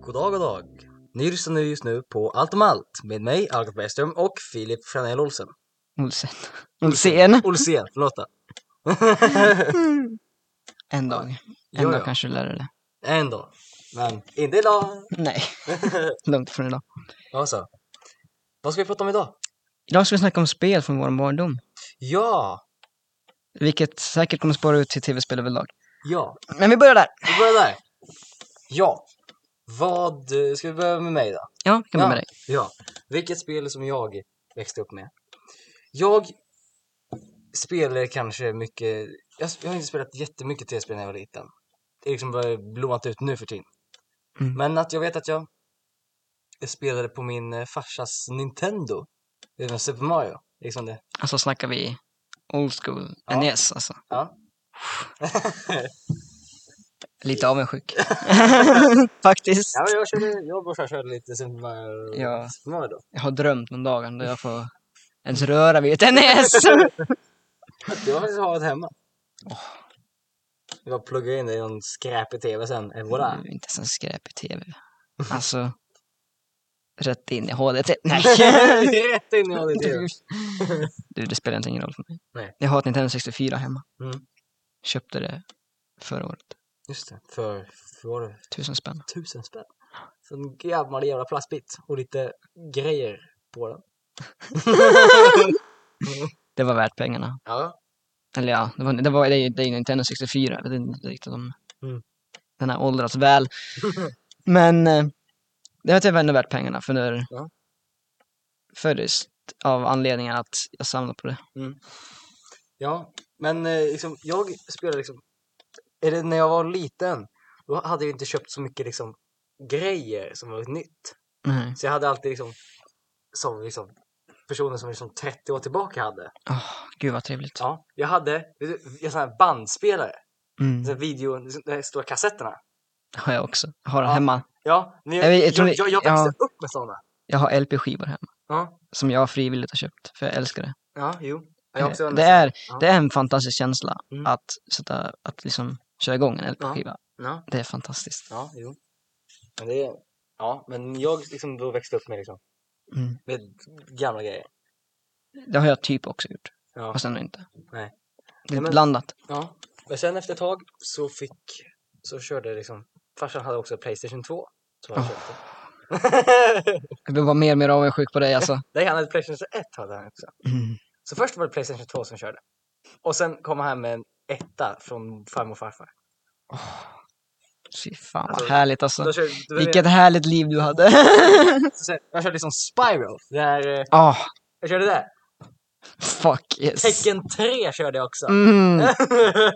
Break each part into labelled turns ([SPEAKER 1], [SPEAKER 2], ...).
[SPEAKER 1] Goddag, goddag. Ni lyssnar nu just nu på Allt om allt med mig, Algot Bergström och Filip Franell Olsen.
[SPEAKER 2] Olsen. Olsen.
[SPEAKER 1] Olsén, förlåt. då.
[SPEAKER 2] En dag. En
[SPEAKER 1] Ja,
[SPEAKER 2] dag
[SPEAKER 1] ja.
[SPEAKER 2] kanske du lär dig det.
[SPEAKER 1] En dag. Men inte idag.
[SPEAKER 2] Nej, långt ifrån idag.
[SPEAKER 1] Alltså. Vad ska vi prata om idag?
[SPEAKER 2] Idag ska vi snacka om spel från vår barndom.
[SPEAKER 1] Ja,
[SPEAKER 2] Vilket säkert kommer spåra ut till tv-spel överlag.
[SPEAKER 1] ja.
[SPEAKER 2] Men vi börjar där.
[SPEAKER 1] Vi börjar där. Ja. Vad, eh, ska vi börja med mig då?
[SPEAKER 2] Ja, vi kan börja med dig.
[SPEAKER 1] Ja, vilket spel som jag växte upp med. Jag spelar kanske mycket, jag, sp- jag har inte spelat jättemycket tv-spel när jag var liten. Det är liksom bara blommat ut nu för tiden.
[SPEAKER 2] Mm.
[SPEAKER 1] Men att jag vet att jag spelade på min eh, farsas Nintendo. Det är med Super Mario, liksom det.
[SPEAKER 2] Alltså snackar vi old school
[SPEAKER 1] Ja.
[SPEAKER 2] NES alltså.
[SPEAKER 1] Ja.
[SPEAKER 2] Lite avundsjuk. Faktiskt.
[SPEAKER 1] Ja, men jag, körde, jag och brorsan körde lite Super Mario,
[SPEAKER 2] Ja.
[SPEAKER 1] Super Mario då.
[SPEAKER 2] Jag har drömt om dagen då jag får ens röra vid ett E NES.
[SPEAKER 1] Jag har faktiskt haft hemma. Jag pluggar in det i någon skräpig tv sen, eh, voilà.
[SPEAKER 2] Det är Inte som skräp i tv. Alltså. Rätt in i HDT. Nej.
[SPEAKER 1] Rätt in i ADD.
[SPEAKER 2] du, det spelar inte ingen roll för mig.
[SPEAKER 1] Nej.
[SPEAKER 2] Jag har ett Nintendo 64 hemma.
[SPEAKER 1] Mm.
[SPEAKER 2] Köpte det förra året.
[SPEAKER 1] Just det, för, för vad var det,
[SPEAKER 2] Tusen spänn.
[SPEAKER 1] tusen spänn. Så en gammal jävla plastbit och lite grejer på den.
[SPEAKER 2] Det var värt pengarna.
[SPEAKER 1] Ja.
[SPEAKER 2] Eller ja, det, var, det, var, det, är ju- det är ju Nintendo 64. Jag vet inte riktigt om
[SPEAKER 1] Mm.
[SPEAKER 2] den har åldrats väl. Men eh, det vet jag var typ ändå värt pengarna. För när
[SPEAKER 1] Ja.
[SPEAKER 2] för just av anledningen att jag samlar på det.
[SPEAKER 1] Ja, men eh, liksom, jag spelade liksom, eller när jag var liten, då hade jag inte köpt så mycket liksom grejer som var nytt.
[SPEAKER 2] Nej.
[SPEAKER 1] Så jag hade alltid liksom, som liksom personer som liksom 30 år tillbaka hade.
[SPEAKER 2] Åh, gud vad trevligt.
[SPEAKER 1] Ja. Jag hade, vet du, jag sån här bandspelare,
[SPEAKER 2] Mm.
[SPEAKER 1] sån här video, liksom, de här stora kassetterna.
[SPEAKER 2] Det har jag också. Jag har det
[SPEAKER 1] Ja.
[SPEAKER 2] hemma.
[SPEAKER 1] Ja, men jag,
[SPEAKER 2] Jag
[SPEAKER 1] jag,
[SPEAKER 2] vet- jag
[SPEAKER 1] jag,
[SPEAKER 2] tror
[SPEAKER 1] jag,
[SPEAKER 2] det- ja.
[SPEAKER 1] växte upp med sådana.
[SPEAKER 2] Jag har LP-skivor hemma.
[SPEAKER 1] Ja,
[SPEAKER 2] Som jag frivilligt har köpt. För jag älskar det.
[SPEAKER 1] ja, jo. Jag har också en
[SPEAKER 2] Eh, det,
[SPEAKER 1] sån.
[SPEAKER 2] är,
[SPEAKER 1] Ja.
[SPEAKER 2] det är en fantastisk känsla
[SPEAKER 1] Mm.
[SPEAKER 2] att, sätta, att liksom köra igång en LP-skiva.
[SPEAKER 1] Ja,
[SPEAKER 2] Det är fantastiskt.
[SPEAKER 1] ja, jo. Men det är... Ja, men jag liksom då växte upp med liksom,
[SPEAKER 2] Mm.
[SPEAKER 1] med gamla grejer.
[SPEAKER 2] Det har jag typ också gjort.
[SPEAKER 1] Ja.
[SPEAKER 2] Fast ändå inte.
[SPEAKER 1] Nej.
[SPEAKER 2] Det är
[SPEAKER 1] Nej, men-
[SPEAKER 2] blandat.
[SPEAKER 1] ja. Men sen efter ett tag så fick, så körde liksom, farsan hade också Playstation 2. Som han
[SPEAKER 2] Oh.
[SPEAKER 1] köpte.
[SPEAKER 2] Jag blir bara mer och mer avundsjuk på dig alltså.
[SPEAKER 1] Nej, han hade Playstation 1 hade han också. Så först var det Playstation 2 som körde. Och sen kom han hem med en etta från farmor och farfar.
[SPEAKER 2] Fy fan vad
[SPEAKER 1] Alltså,
[SPEAKER 2] härligt alltså.
[SPEAKER 1] Då körde, då
[SPEAKER 2] Vilket härligt liv du hade.
[SPEAKER 1] jag, jag körde liksom Spyro. Det här, eh,
[SPEAKER 2] Ah,
[SPEAKER 1] jag körde det.
[SPEAKER 2] fuck yes.
[SPEAKER 1] Tecken 3 körde jag också.
[SPEAKER 2] Mm,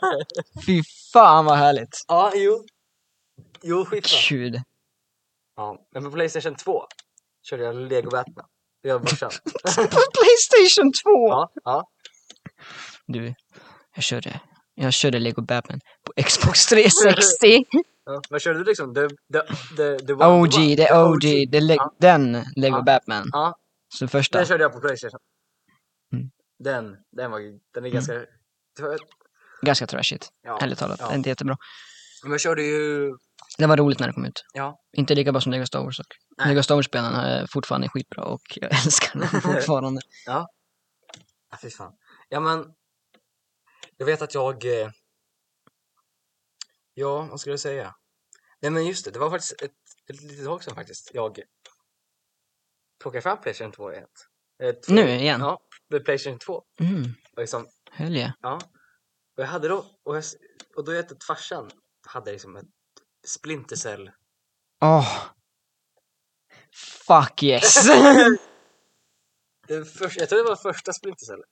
[SPEAKER 2] fy fan vad härligt.
[SPEAKER 1] ja, jo. Jo, skitbra.
[SPEAKER 2] Gud.
[SPEAKER 1] Ja, men på Playstation 2 körde jag Lego Batman. Jag och brorsan.
[SPEAKER 2] På Playstation 2!
[SPEAKER 1] ja, ja.
[SPEAKER 2] Du, jag körde, jag körde Lego Batman på Xbox 360.
[SPEAKER 1] ja. Vad körde du liksom? The, the, the, the one-
[SPEAKER 2] OG, det
[SPEAKER 1] the
[SPEAKER 2] är OG. Det är le-
[SPEAKER 1] Ja.
[SPEAKER 2] den Lego
[SPEAKER 1] Ja.
[SPEAKER 2] Batman.
[SPEAKER 1] Ja,
[SPEAKER 2] Så första.
[SPEAKER 1] den körde jag på Playstation.
[SPEAKER 2] Mm.
[SPEAKER 1] Den, den var ju- den är ganska...
[SPEAKER 2] Ganska trashigt,
[SPEAKER 1] Ja.
[SPEAKER 2] ärligt talat.
[SPEAKER 1] Ja.
[SPEAKER 2] Det är inte jättebra.
[SPEAKER 1] Men jag körde ju...
[SPEAKER 2] Det var roligt när det kom ut.
[SPEAKER 1] Ja.
[SPEAKER 2] Inte lika bra som Lego Star Wars dock.
[SPEAKER 1] Nej.
[SPEAKER 2] Lego Star Wars-spelen är fortfarande skitbra och jag älskar dem fortfarande.
[SPEAKER 1] Ah, fy fan. Ja, men... Jag vet att jag... eh, Ja, vad skulle jag säga? Nej, men just det. Det var faktiskt ett, ett litet tag sedan faktiskt. Jag plockade fram Playstation 2 igen. Eh, två-
[SPEAKER 2] Nu igen?
[SPEAKER 1] Ja, Playstation 2. Och
[SPEAKER 2] Mm,
[SPEAKER 1] liksom,
[SPEAKER 2] hölje.
[SPEAKER 1] Ja. Och jag hade då, och, jag, och då vet jag att farsan hade liksom ett Splinter Cell.
[SPEAKER 2] Åh! Fuck yes!
[SPEAKER 1] Den första, jag tror det var första Splinter Cell.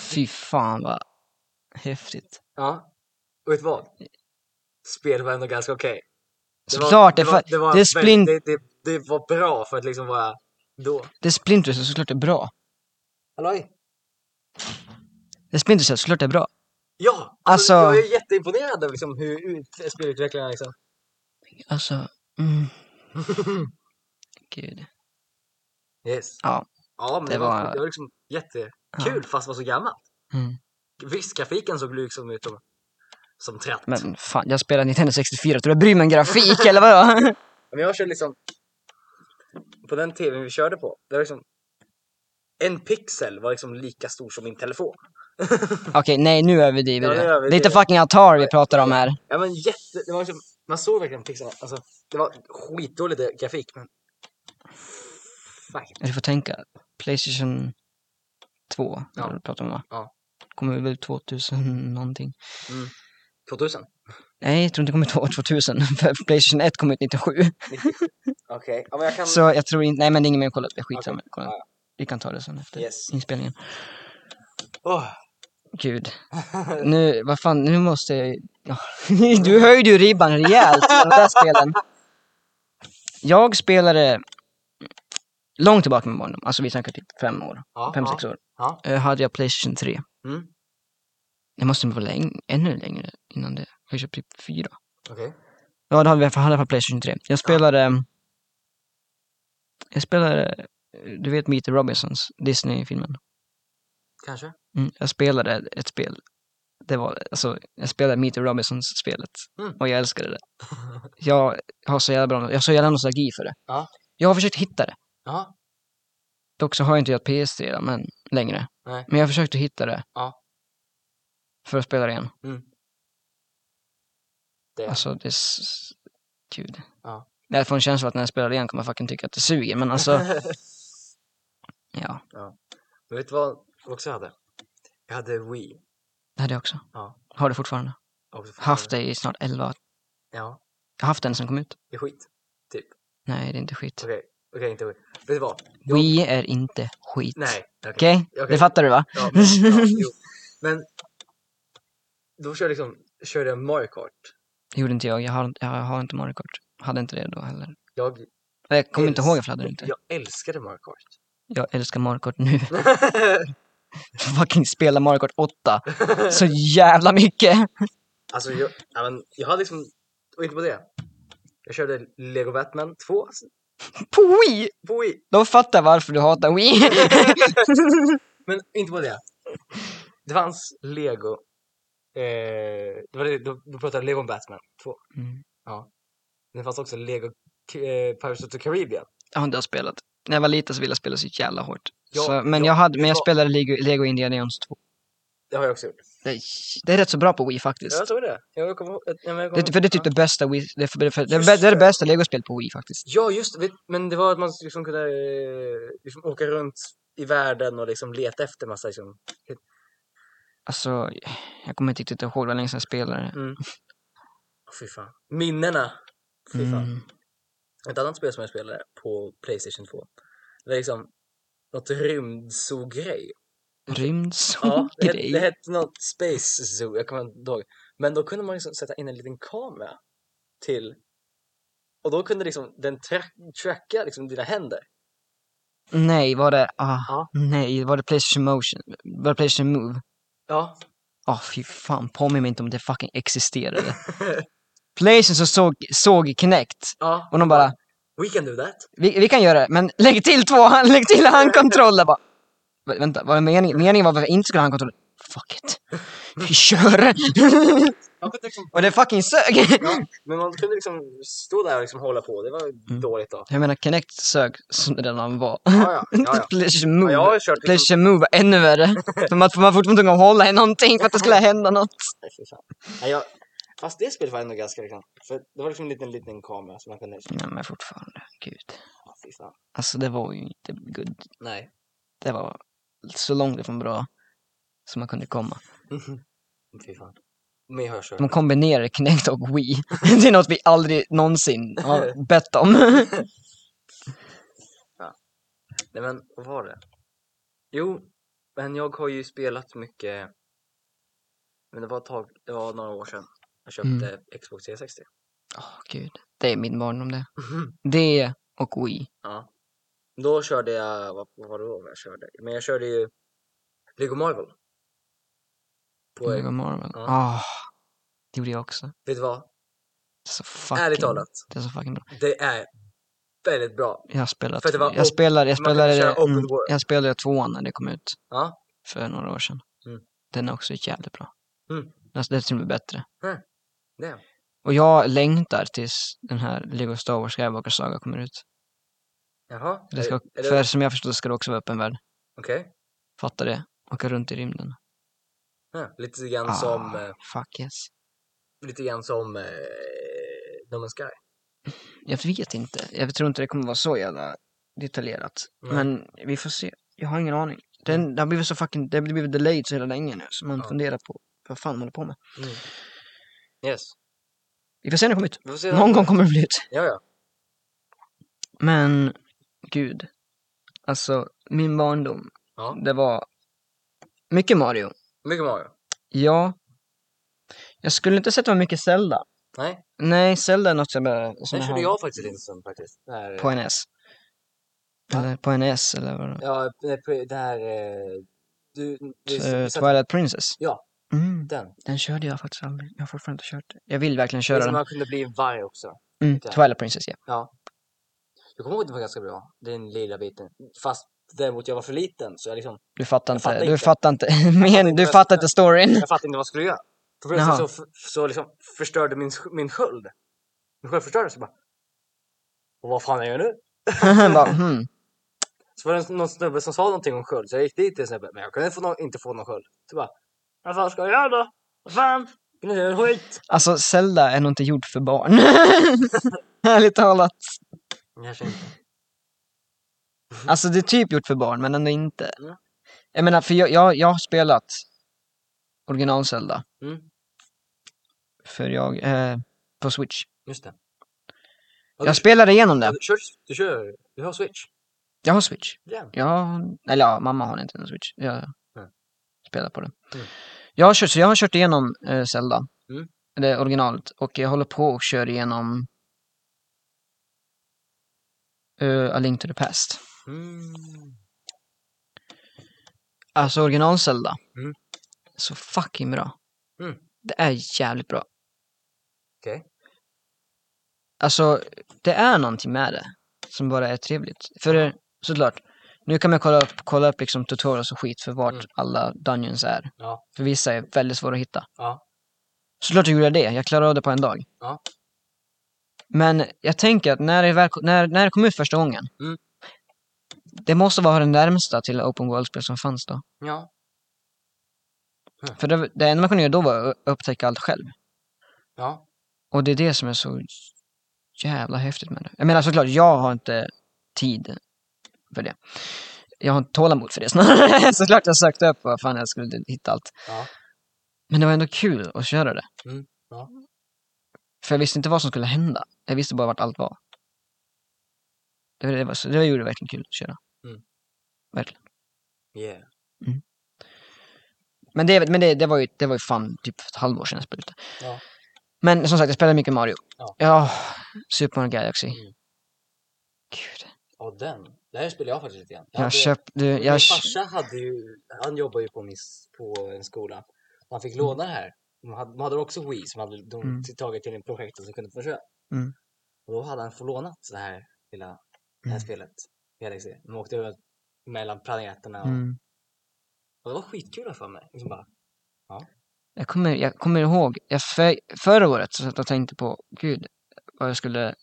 [SPEAKER 2] Fy fan vad häftigt.
[SPEAKER 1] Ja. Och vet du vad? Spelet var ändå ganska okej. Det var-
[SPEAKER 2] Såklart, det,
[SPEAKER 1] det, var,
[SPEAKER 2] fa-
[SPEAKER 1] det, var
[SPEAKER 2] det är
[SPEAKER 1] väldigt-
[SPEAKER 2] splin-
[SPEAKER 1] det, det, det var bra för att liksom vara då.
[SPEAKER 2] det är Splinter Cell såklart det är bra.
[SPEAKER 1] Halloj?
[SPEAKER 2] Det är Splinter Cell såklart det är bra.
[SPEAKER 1] Ja!
[SPEAKER 2] Alltså-
[SPEAKER 1] Jag är jätteimponerad över liksom hur ut- spelutvecklarna liksom.
[SPEAKER 2] Alltså, mm. Gud.
[SPEAKER 1] Yes.
[SPEAKER 2] Ja.
[SPEAKER 1] Ja, men det,
[SPEAKER 2] Det
[SPEAKER 1] var,
[SPEAKER 2] var-
[SPEAKER 1] det var liksom jättekul
[SPEAKER 2] Ja.
[SPEAKER 1] fast var så gammalt.
[SPEAKER 2] Mm.
[SPEAKER 1] Visst, grafiken såg liksom ut som som tratt. Men,
[SPEAKER 2] Men fan, jag spelar Nintendo 64. Tror du jag bryr mig om grafik eller vadå?
[SPEAKER 1] jag körde liksom... På den tvn vi körde på, det var liksom... En pixel var liksom lika stor som min telefon.
[SPEAKER 2] Okej, nej nu
[SPEAKER 1] Ja,
[SPEAKER 2] överdriver du.
[SPEAKER 1] nu
[SPEAKER 2] Det är
[SPEAKER 1] överdriver
[SPEAKER 2] inte
[SPEAKER 1] jag.
[SPEAKER 2] fucking Atari vi pratar om här.
[SPEAKER 1] Ja men jätte... Det var liksom, man såg verkligen pixlarna. Alltså, det var skitdålig grafik men... Fuck.
[SPEAKER 2] Du får tänka. Playstation 2.
[SPEAKER 1] Ja.
[SPEAKER 2] Ja. Du pratar om va?
[SPEAKER 1] Ja.
[SPEAKER 2] Kommer väl 2000 någonting.
[SPEAKER 1] 2000?
[SPEAKER 2] Nej, jag tror inte det kommer ta år 2000. För Playstation 1 kom ut 97.
[SPEAKER 1] 97. Okej, ja, men jag kan...
[SPEAKER 2] Så jag tror inte, nej men det är ingen mer att kolla upp. Jag skiter
[SPEAKER 1] Okej.
[SPEAKER 2] okay. kolla.
[SPEAKER 1] Ja,
[SPEAKER 2] Vi kan ta det sen efter
[SPEAKER 1] Yes.
[SPEAKER 2] inspelningen.
[SPEAKER 1] Åh.
[SPEAKER 2] Gud. Nu, vad fan, nu måste jag ju- ja. Du höjde ju ribban rejält med de där spelen. Jag spelade långt tillbaka med barndom, alltså vi snackar typ fem år,
[SPEAKER 1] Ja,
[SPEAKER 2] fem,
[SPEAKER 1] ja,
[SPEAKER 2] sex år.
[SPEAKER 1] ja.
[SPEAKER 2] Eh, hade jag Playstation 3.
[SPEAKER 1] Mm.
[SPEAKER 2] Det måste vara läng- ännu längre innan det, kanske typ fyra.
[SPEAKER 1] Okej.
[SPEAKER 2] Ja, det hade vi hade i alla fall Playstation 3. Jag spelade... mm, Jag spelade... Du vet Meet the Robinsons, Disney-filmen?
[SPEAKER 1] Kanske.
[SPEAKER 2] Mm. Jag spelade ett spel. Det var, alltså, jag spelade Meet the Robinsons-spelet.
[SPEAKER 1] Mm.
[SPEAKER 2] Och jag älskade det. Jag har så jävla, bra, jag har så jävla nostalgi för det.
[SPEAKER 1] Ja.
[SPEAKER 2] Jag har försökt hitta det.
[SPEAKER 1] Ja.
[SPEAKER 2] Dock så har jag inte gjort PS3 då, men, längre.
[SPEAKER 1] Nej.
[SPEAKER 2] Men jag försökte hitta det.
[SPEAKER 1] Ja.
[SPEAKER 2] För att spela det igen.
[SPEAKER 1] Mm. Det-
[SPEAKER 2] Alltså, det... är s- Gud.
[SPEAKER 1] Ja.
[SPEAKER 2] Jag får en känsla av att när jag spelar det igen kommer jag fucking tycka att det suger, men alltså... Ja,
[SPEAKER 1] Men vet du vad jag också hade? Jag hade Wii.
[SPEAKER 2] det hade jag också.
[SPEAKER 1] Ja. Mm.
[SPEAKER 2] Har det fortfarande.
[SPEAKER 1] Också för-
[SPEAKER 2] Haft det i snart 11 år.
[SPEAKER 1] Ja,
[SPEAKER 2] Jag har haft den sen kom ut.
[SPEAKER 1] det är skit.
[SPEAKER 2] Nej, det är inte skit.
[SPEAKER 1] Okej, okej inte Wii. Vet du vad? Jo.
[SPEAKER 2] Wii är inte skit.
[SPEAKER 1] Nej. Okej.
[SPEAKER 2] Okej?
[SPEAKER 1] Okej.
[SPEAKER 2] Det fattar du va?
[SPEAKER 1] Ja, men, ja, jo. men då körde jag liksom, körde jag Mario Kart.
[SPEAKER 2] Det gjorde inte jag. Jag har, jag har inte Mario Kart. Hade inte det då heller.
[SPEAKER 1] Jag,
[SPEAKER 2] Jag kommer
[SPEAKER 1] Älsk-
[SPEAKER 2] inte ihåg ifall jag hade det inte.
[SPEAKER 1] jag älskade Mario Kart.
[SPEAKER 2] Jag älskar Mario Kart nu. Fucking spela Mario Kart 8. Så jävla mycket.
[SPEAKER 1] alltså jag, ja, men, jag hade liksom, och inte på det. Jag körde Lego Batman 2
[SPEAKER 2] På Wii!
[SPEAKER 1] på Wii.
[SPEAKER 2] Då fattar jag varför du hatar Wii.
[SPEAKER 1] Men inte på det. Det fanns Lego. Eh, det var det, då, då pratade jag Lego om Batman 2.
[SPEAKER 2] Mm.
[SPEAKER 1] Men Det fanns också Lego eh, Pirates of the Caribbean.
[SPEAKER 2] Jag har inte jag spelat. När jag var liten så ville jag spela så jävla hårt.
[SPEAKER 1] Ja,
[SPEAKER 2] så, men
[SPEAKER 1] ja,
[SPEAKER 2] jag, hade, men
[SPEAKER 1] det
[SPEAKER 2] jag
[SPEAKER 1] var-
[SPEAKER 2] spelade Lego, Lego Indiana Jones 2.
[SPEAKER 1] Det har jag också gjort.
[SPEAKER 2] Det är, det är rätt så bra på Wii
[SPEAKER 1] Ja,
[SPEAKER 2] faktiskt.
[SPEAKER 1] jag såg det. Jag kommer ihåg. ja, men jag kommer
[SPEAKER 2] Det, för det är typ
[SPEAKER 1] ihåg.
[SPEAKER 2] det bästa Wii, det, är för, för, det, är
[SPEAKER 1] Just
[SPEAKER 2] bä- det är
[SPEAKER 1] det.
[SPEAKER 2] det bästa Lego-spel på Wii faktiskt.
[SPEAKER 1] Ja, just det. Men det var att man liksom kunde eh, liksom åka runt i världen och liksom leta efter massa liksom.
[SPEAKER 2] Alltså, jag kommer inte riktigt ihåg, det var länge sedan jag spelade.
[SPEAKER 1] Åh, Fy fan. Minnena. Fy fan.
[SPEAKER 2] Mm.
[SPEAKER 1] Ett annat spel som jag spelade på Playstation 2. Det var liksom något rymdzoo-grej. Ja, det, het, det
[SPEAKER 2] Rymdzon-grej.
[SPEAKER 1] hette något Space Zoo, jag kommer inte ihåg. Men då kunde man liksom sätta in en liten kamera till och då kunde liksom den tra- tracka liksom dina händer.
[SPEAKER 2] Nej, var det... Ah,
[SPEAKER 1] Ja.
[SPEAKER 2] Nej, var det Playstation Motion? Var det Playstation Move?
[SPEAKER 1] Ja,
[SPEAKER 2] Ah, fy fan, påminn mig inte om det fucking existerade. Playstation så såg, såg Kinect
[SPEAKER 1] ja.
[SPEAKER 2] och de bara
[SPEAKER 1] We can do that.
[SPEAKER 2] vi, vi kan göra det, men lägg till två, hand- lägg till handkontroller bara. Vä- Vänta, vad är meningen? Meningen var att vi inte skulle ha handkontroller. Fuck it. Vi kör!
[SPEAKER 1] Man kunde liksom,
[SPEAKER 2] och det fucking sög!
[SPEAKER 1] ja, men man kunde liksom stå där och liksom hålla på, det var dåligt då.
[SPEAKER 2] Jag menar, Kinect sög som den han var.
[SPEAKER 1] Ja, ja, ja, ja.
[SPEAKER 2] Playstation
[SPEAKER 1] ja
[SPEAKER 2] Move.
[SPEAKER 1] jag har ju kört liksom...
[SPEAKER 2] Playstation Move var ännu värre. För man, man fortfarande tvungen att hålla i någonting för att det skulle hända något.
[SPEAKER 1] Nej, fy fan. Nej, jag... Fast det spelet var ändå ganska liksom, för det var liksom en liten, liten kamera som man kunde liksom,
[SPEAKER 2] Nej men fortfarande, gud.
[SPEAKER 1] ja, fy fan.
[SPEAKER 2] Alltså det var ju inte good.
[SPEAKER 1] Nej.
[SPEAKER 2] Det var så långt ifrån bra som man kunde komma.
[SPEAKER 1] fy fan. Med hörsel.
[SPEAKER 2] De kombinerar Kinect och Wii. Det är något vi aldrig någonsin har bett om.
[SPEAKER 1] Nej men, vad var det? Jo, men jag har ju spelat mycket. Men det var ett tag, det var några år sedan. Jag köpte
[SPEAKER 2] Mm.
[SPEAKER 1] Xbox 360.
[SPEAKER 2] Åh gud, det är min barndom det. Det och Wii.
[SPEAKER 1] ja. Då körde jag, vad, vad var det då jag körde? Men jag körde ju Lego Marvel. På,
[SPEAKER 2] Lego Marvel.
[SPEAKER 1] Ja.
[SPEAKER 2] Ah, det gjorde jag också.
[SPEAKER 1] Vet du vad?
[SPEAKER 2] Det är så fucking,
[SPEAKER 1] Ärligt talat,
[SPEAKER 2] Det är så fucking bra.
[SPEAKER 1] det är väldigt bra.
[SPEAKER 2] Jag har spelat.
[SPEAKER 1] För att det var
[SPEAKER 2] jag
[SPEAKER 1] op-
[SPEAKER 2] spelade, jag
[SPEAKER 1] man kunde
[SPEAKER 2] spelade,
[SPEAKER 1] köra open
[SPEAKER 2] mm,
[SPEAKER 1] world.
[SPEAKER 2] jag spelade tvåan när det kom ut
[SPEAKER 1] Ja.
[SPEAKER 2] för några år sedan.
[SPEAKER 1] Mm.
[SPEAKER 2] Den är också jävligt bra.
[SPEAKER 1] Mm.
[SPEAKER 2] Alltså det är till och med bättre.
[SPEAKER 1] Det.
[SPEAKER 2] Och jag längtar tills den här Lego Star Wars Skywalker Saga kommer ut.
[SPEAKER 1] Jaha.
[SPEAKER 2] Det ska,
[SPEAKER 1] Är- är det-
[SPEAKER 2] för som jag förstår ska det också vara öppen värld.
[SPEAKER 1] Okej.
[SPEAKER 2] Fatta det. Åka runt i rymden.
[SPEAKER 1] Ja, lite grann
[SPEAKER 2] Ah.
[SPEAKER 1] som, eh,
[SPEAKER 2] fuck yes.
[SPEAKER 1] lite grann som eh, No Man's Sky.
[SPEAKER 2] Jag vet inte. Jag tror inte det kommer vara så jävla detaljerat.
[SPEAKER 1] Nej. Mm.
[SPEAKER 2] Men vi får se. Jag har ingen aning. Den, det har blivit så fucking, det har blivit delayed så jävla länge nu. Så man
[SPEAKER 1] Ja.
[SPEAKER 2] funderar på vad fan man håller på med.
[SPEAKER 1] Mm. Yes.
[SPEAKER 2] Vi får se när det kommer ut.
[SPEAKER 1] Vi får se.
[SPEAKER 2] Någon gång kommer det bli ut.
[SPEAKER 1] Ja, ja.
[SPEAKER 2] Men, gud. Alltså, min barndom.
[SPEAKER 1] Ja.
[SPEAKER 2] Det var mycket Mario.
[SPEAKER 1] Mycket Mario.
[SPEAKER 2] Ja. Jag skulle inte säga att det var mycket Zelda.
[SPEAKER 1] Nej,
[SPEAKER 2] Nej, Zelda är något jag bara... som
[SPEAKER 1] den
[SPEAKER 2] jag
[SPEAKER 1] körde
[SPEAKER 2] har
[SPEAKER 1] jag faktiskt inte som faktiskt. Den här,
[SPEAKER 2] På NS.
[SPEAKER 1] Va?
[SPEAKER 2] Eller på NS eller vad det var.
[SPEAKER 1] Ja, det här... eh, Du, du,
[SPEAKER 2] Eh,
[SPEAKER 1] du satt
[SPEAKER 2] Twilight Princess.
[SPEAKER 1] Ja.
[SPEAKER 2] Mm.
[SPEAKER 1] den.
[SPEAKER 2] Den körde jag faktiskt aldrig. Jag har fortfarande inte kört det. Jag vill verkligen
[SPEAKER 1] Det är
[SPEAKER 2] köra
[SPEAKER 1] som
[SPEAKER 2] den.
[SPEAKER 1] man kunde bli en varg också.
[SPEAKER 2] Mm.
[SPEAKER 1] där.
[SPEAKER 2] Twilight Princess, ja.
[SPEAKER 1] Jag kommer ihåg att den var ganska bra, den lilla biten. Fast däremot jag var för liten så jag liksom,
[SPEAKER 2] Du
[SPEAKER 1] Jag
[SPEAKER 2] fattar inte.
[SPEAKER 1] fattar
[SPEAKER 2] du
[SPEAKER 1] inte.
[SPEAKER 2] fattar inte. Men, du
[SPEAKER 1] inte.
[SPEAKER 2] fattar inte storyn.
[SPEAKER 1] jag fattade inte vad jag skulle göra. För
[SPEAKER 2] Jaha.
[SPEAKER 1] plötsligt så, f- så liksom förstörde min, sk- min sköld. Min sköld förstördes så bara. Och vad fan är jag nu?
[SPEAKER 2] Bara, hmm.
[SPEAKER 1] Så var det någon snubbe som sa någonting om sköld så jag gick dit till snubben men jag kunde få nå- inte få någon sköld. Så bara, vad fan ska jag göra då? Vad fan? Nu är det skit!
[SPEAKER 2] Alltså, Zelda är nog inte gjord för barn. Ärligt talat.
[SPEAKER 1] Kanske inte.
[SPEAKER 2] Alltså, det är typ gjort för barn, men ändå inte.
[SPEAKER 1] Ja.
[SPEAKER 2] Jag menar, för jag, jag, jag har spelat original Zelda.
[SPEAKER 1] Mm.
[SPEAKER 2] För jag, eh, på Switch.
[SPEAKER 1] Just det. Ja,
[SPEAKER 2] Jag
[SPEAKER 1] du-
[SPEAKER 2] spelade igenom
[SPEAKER 1] ja,
[SPEAKER 2] det.
[SPEAKER 1] Du kör, du kör, du har switch?
[SPEAKER 2] Jag har Switch.
[SPEAKER 1] Ja.
[SPEAKER 2] Jag har, eller ja, mamma har inte en Switch. Jag
[SPEAKER 1] Mm.
[SPEAKER 2] spelar på den.
[SPEAKER 1] Mm.
[SPEAKER 2] Jag, har kört, så jag har kört igenom eh, Zelda.
[SPEAKER 1] Mm.
[SPEAKER 2] Det originalet. Och jag håller på och kör igenom eh, A Link to the Past.
[SPEAKER 1] Mm.
[SPEAKER 2] Alltså original Zelda.
[SPEAKER 1] Mm.
[SPEAKER 2] Så fucking bra.
[SPEAKER 1] Mm.
[SPEAKER 2] Det är jävligt bra.
[SPEAKER 1] Okej.
[SPEAKER 2] Alltså, det är någonting med det som bara är trevligt. För eh, såklart, nu kan man kolla upp, kolla upp liksom tutorials och skit för vart
[SPEAKER 1] Mm.
[SPEAKER 2] alla dungeons är.
[SPEAKER 1] Ja.
[SPEAKER 2] För vissa är väldigt svåra att hitta.
[SPEAKER 1] Ja.
[SPEAKER 2] Såklart jag gjorde det, jag klarade av det på en dag.
[SPEAKER 1] Ja.
[SPEAKER 2] Men jag tänker att när det, väl, när, när det kom ut första gången,
[SPEAKER 1] Mm.
[SPEAKER 2] det måste vara det närmsta till open world-spel som fanns då.
[SPEAKER 1] Ja.
[SPEAKER 2] För det, det enda man kunde göra då var att upptäcka allt själv.
[SPEAKER 1] Ja.
[SPEAKER 2] Och det är det som är så jävla häftigt med det. Jag menar såklart, jag har inte tid för det. Jag har inte tålamod för det snarare. såklart jag sökte upp vad fan jag skulle hitta allt.
[SPEAKER 1] Ja.
[SPEAKER 2] Men det var ändå kul att köra det.
[SPEAKER 1] Mm, ja.
[SPEAKER 2] För jag visste inte vad som skulle hända. Jag visste bara vart allt var. Det, var- det, var, så- det gjorde det verkligen kul att köra.
[SPEAKER 1] Yeah.
[SPEAKER 2] Men det, men det, det, var, ju, det var ju fan typ ett halvår sedan jag spelade ut det.
[SPEAKER 1] Ja.
[SPEAKER 2] Men som sagt, jag spelade mycket Mario.
[SPEAKER 1] Ja.
[SPEAKER 2] Super Mario Galaxy.
[SPEAKER 1] Mm.
[SPEAKER 2] Gud.
[SPEAKER 1] Och den, där spelar jag faktiskt lite grann.
[SPEAKER 2] Jag,
[SPEAKER 1] hade-
[SPEAKER 2] köpte... Du,
[SPEAKER 1] Min
[SPEAKER 2] jag, kö-
[SPEAKER 1] farsa hade ju, han jobbar ju på, en s- på en skola. Man fick låna det här. De hade, de hade också Wii som hade de
[SPEAKER 2] Mm.
[SPEAKER 1] tagit till en projekt som kunde få köpa.
[SPEAKER 2] Mm.
[SPEAKER 1] Och då hade han fått lånat det här lilla det här
[SPEAKER 2] Mm.
[SPEAKER 1] spelet. Galaxy. De åkte runt mellan planeterna och,
[SPEAKER 2] mm.
[SPEAKER 1] och det var skitkul för mig. Liksom bara,
[SPEAKER 2] jag, kommer, jag kommer ihåg, jag för, förra året så satt jag och tänkte på, gud, vad jag skulle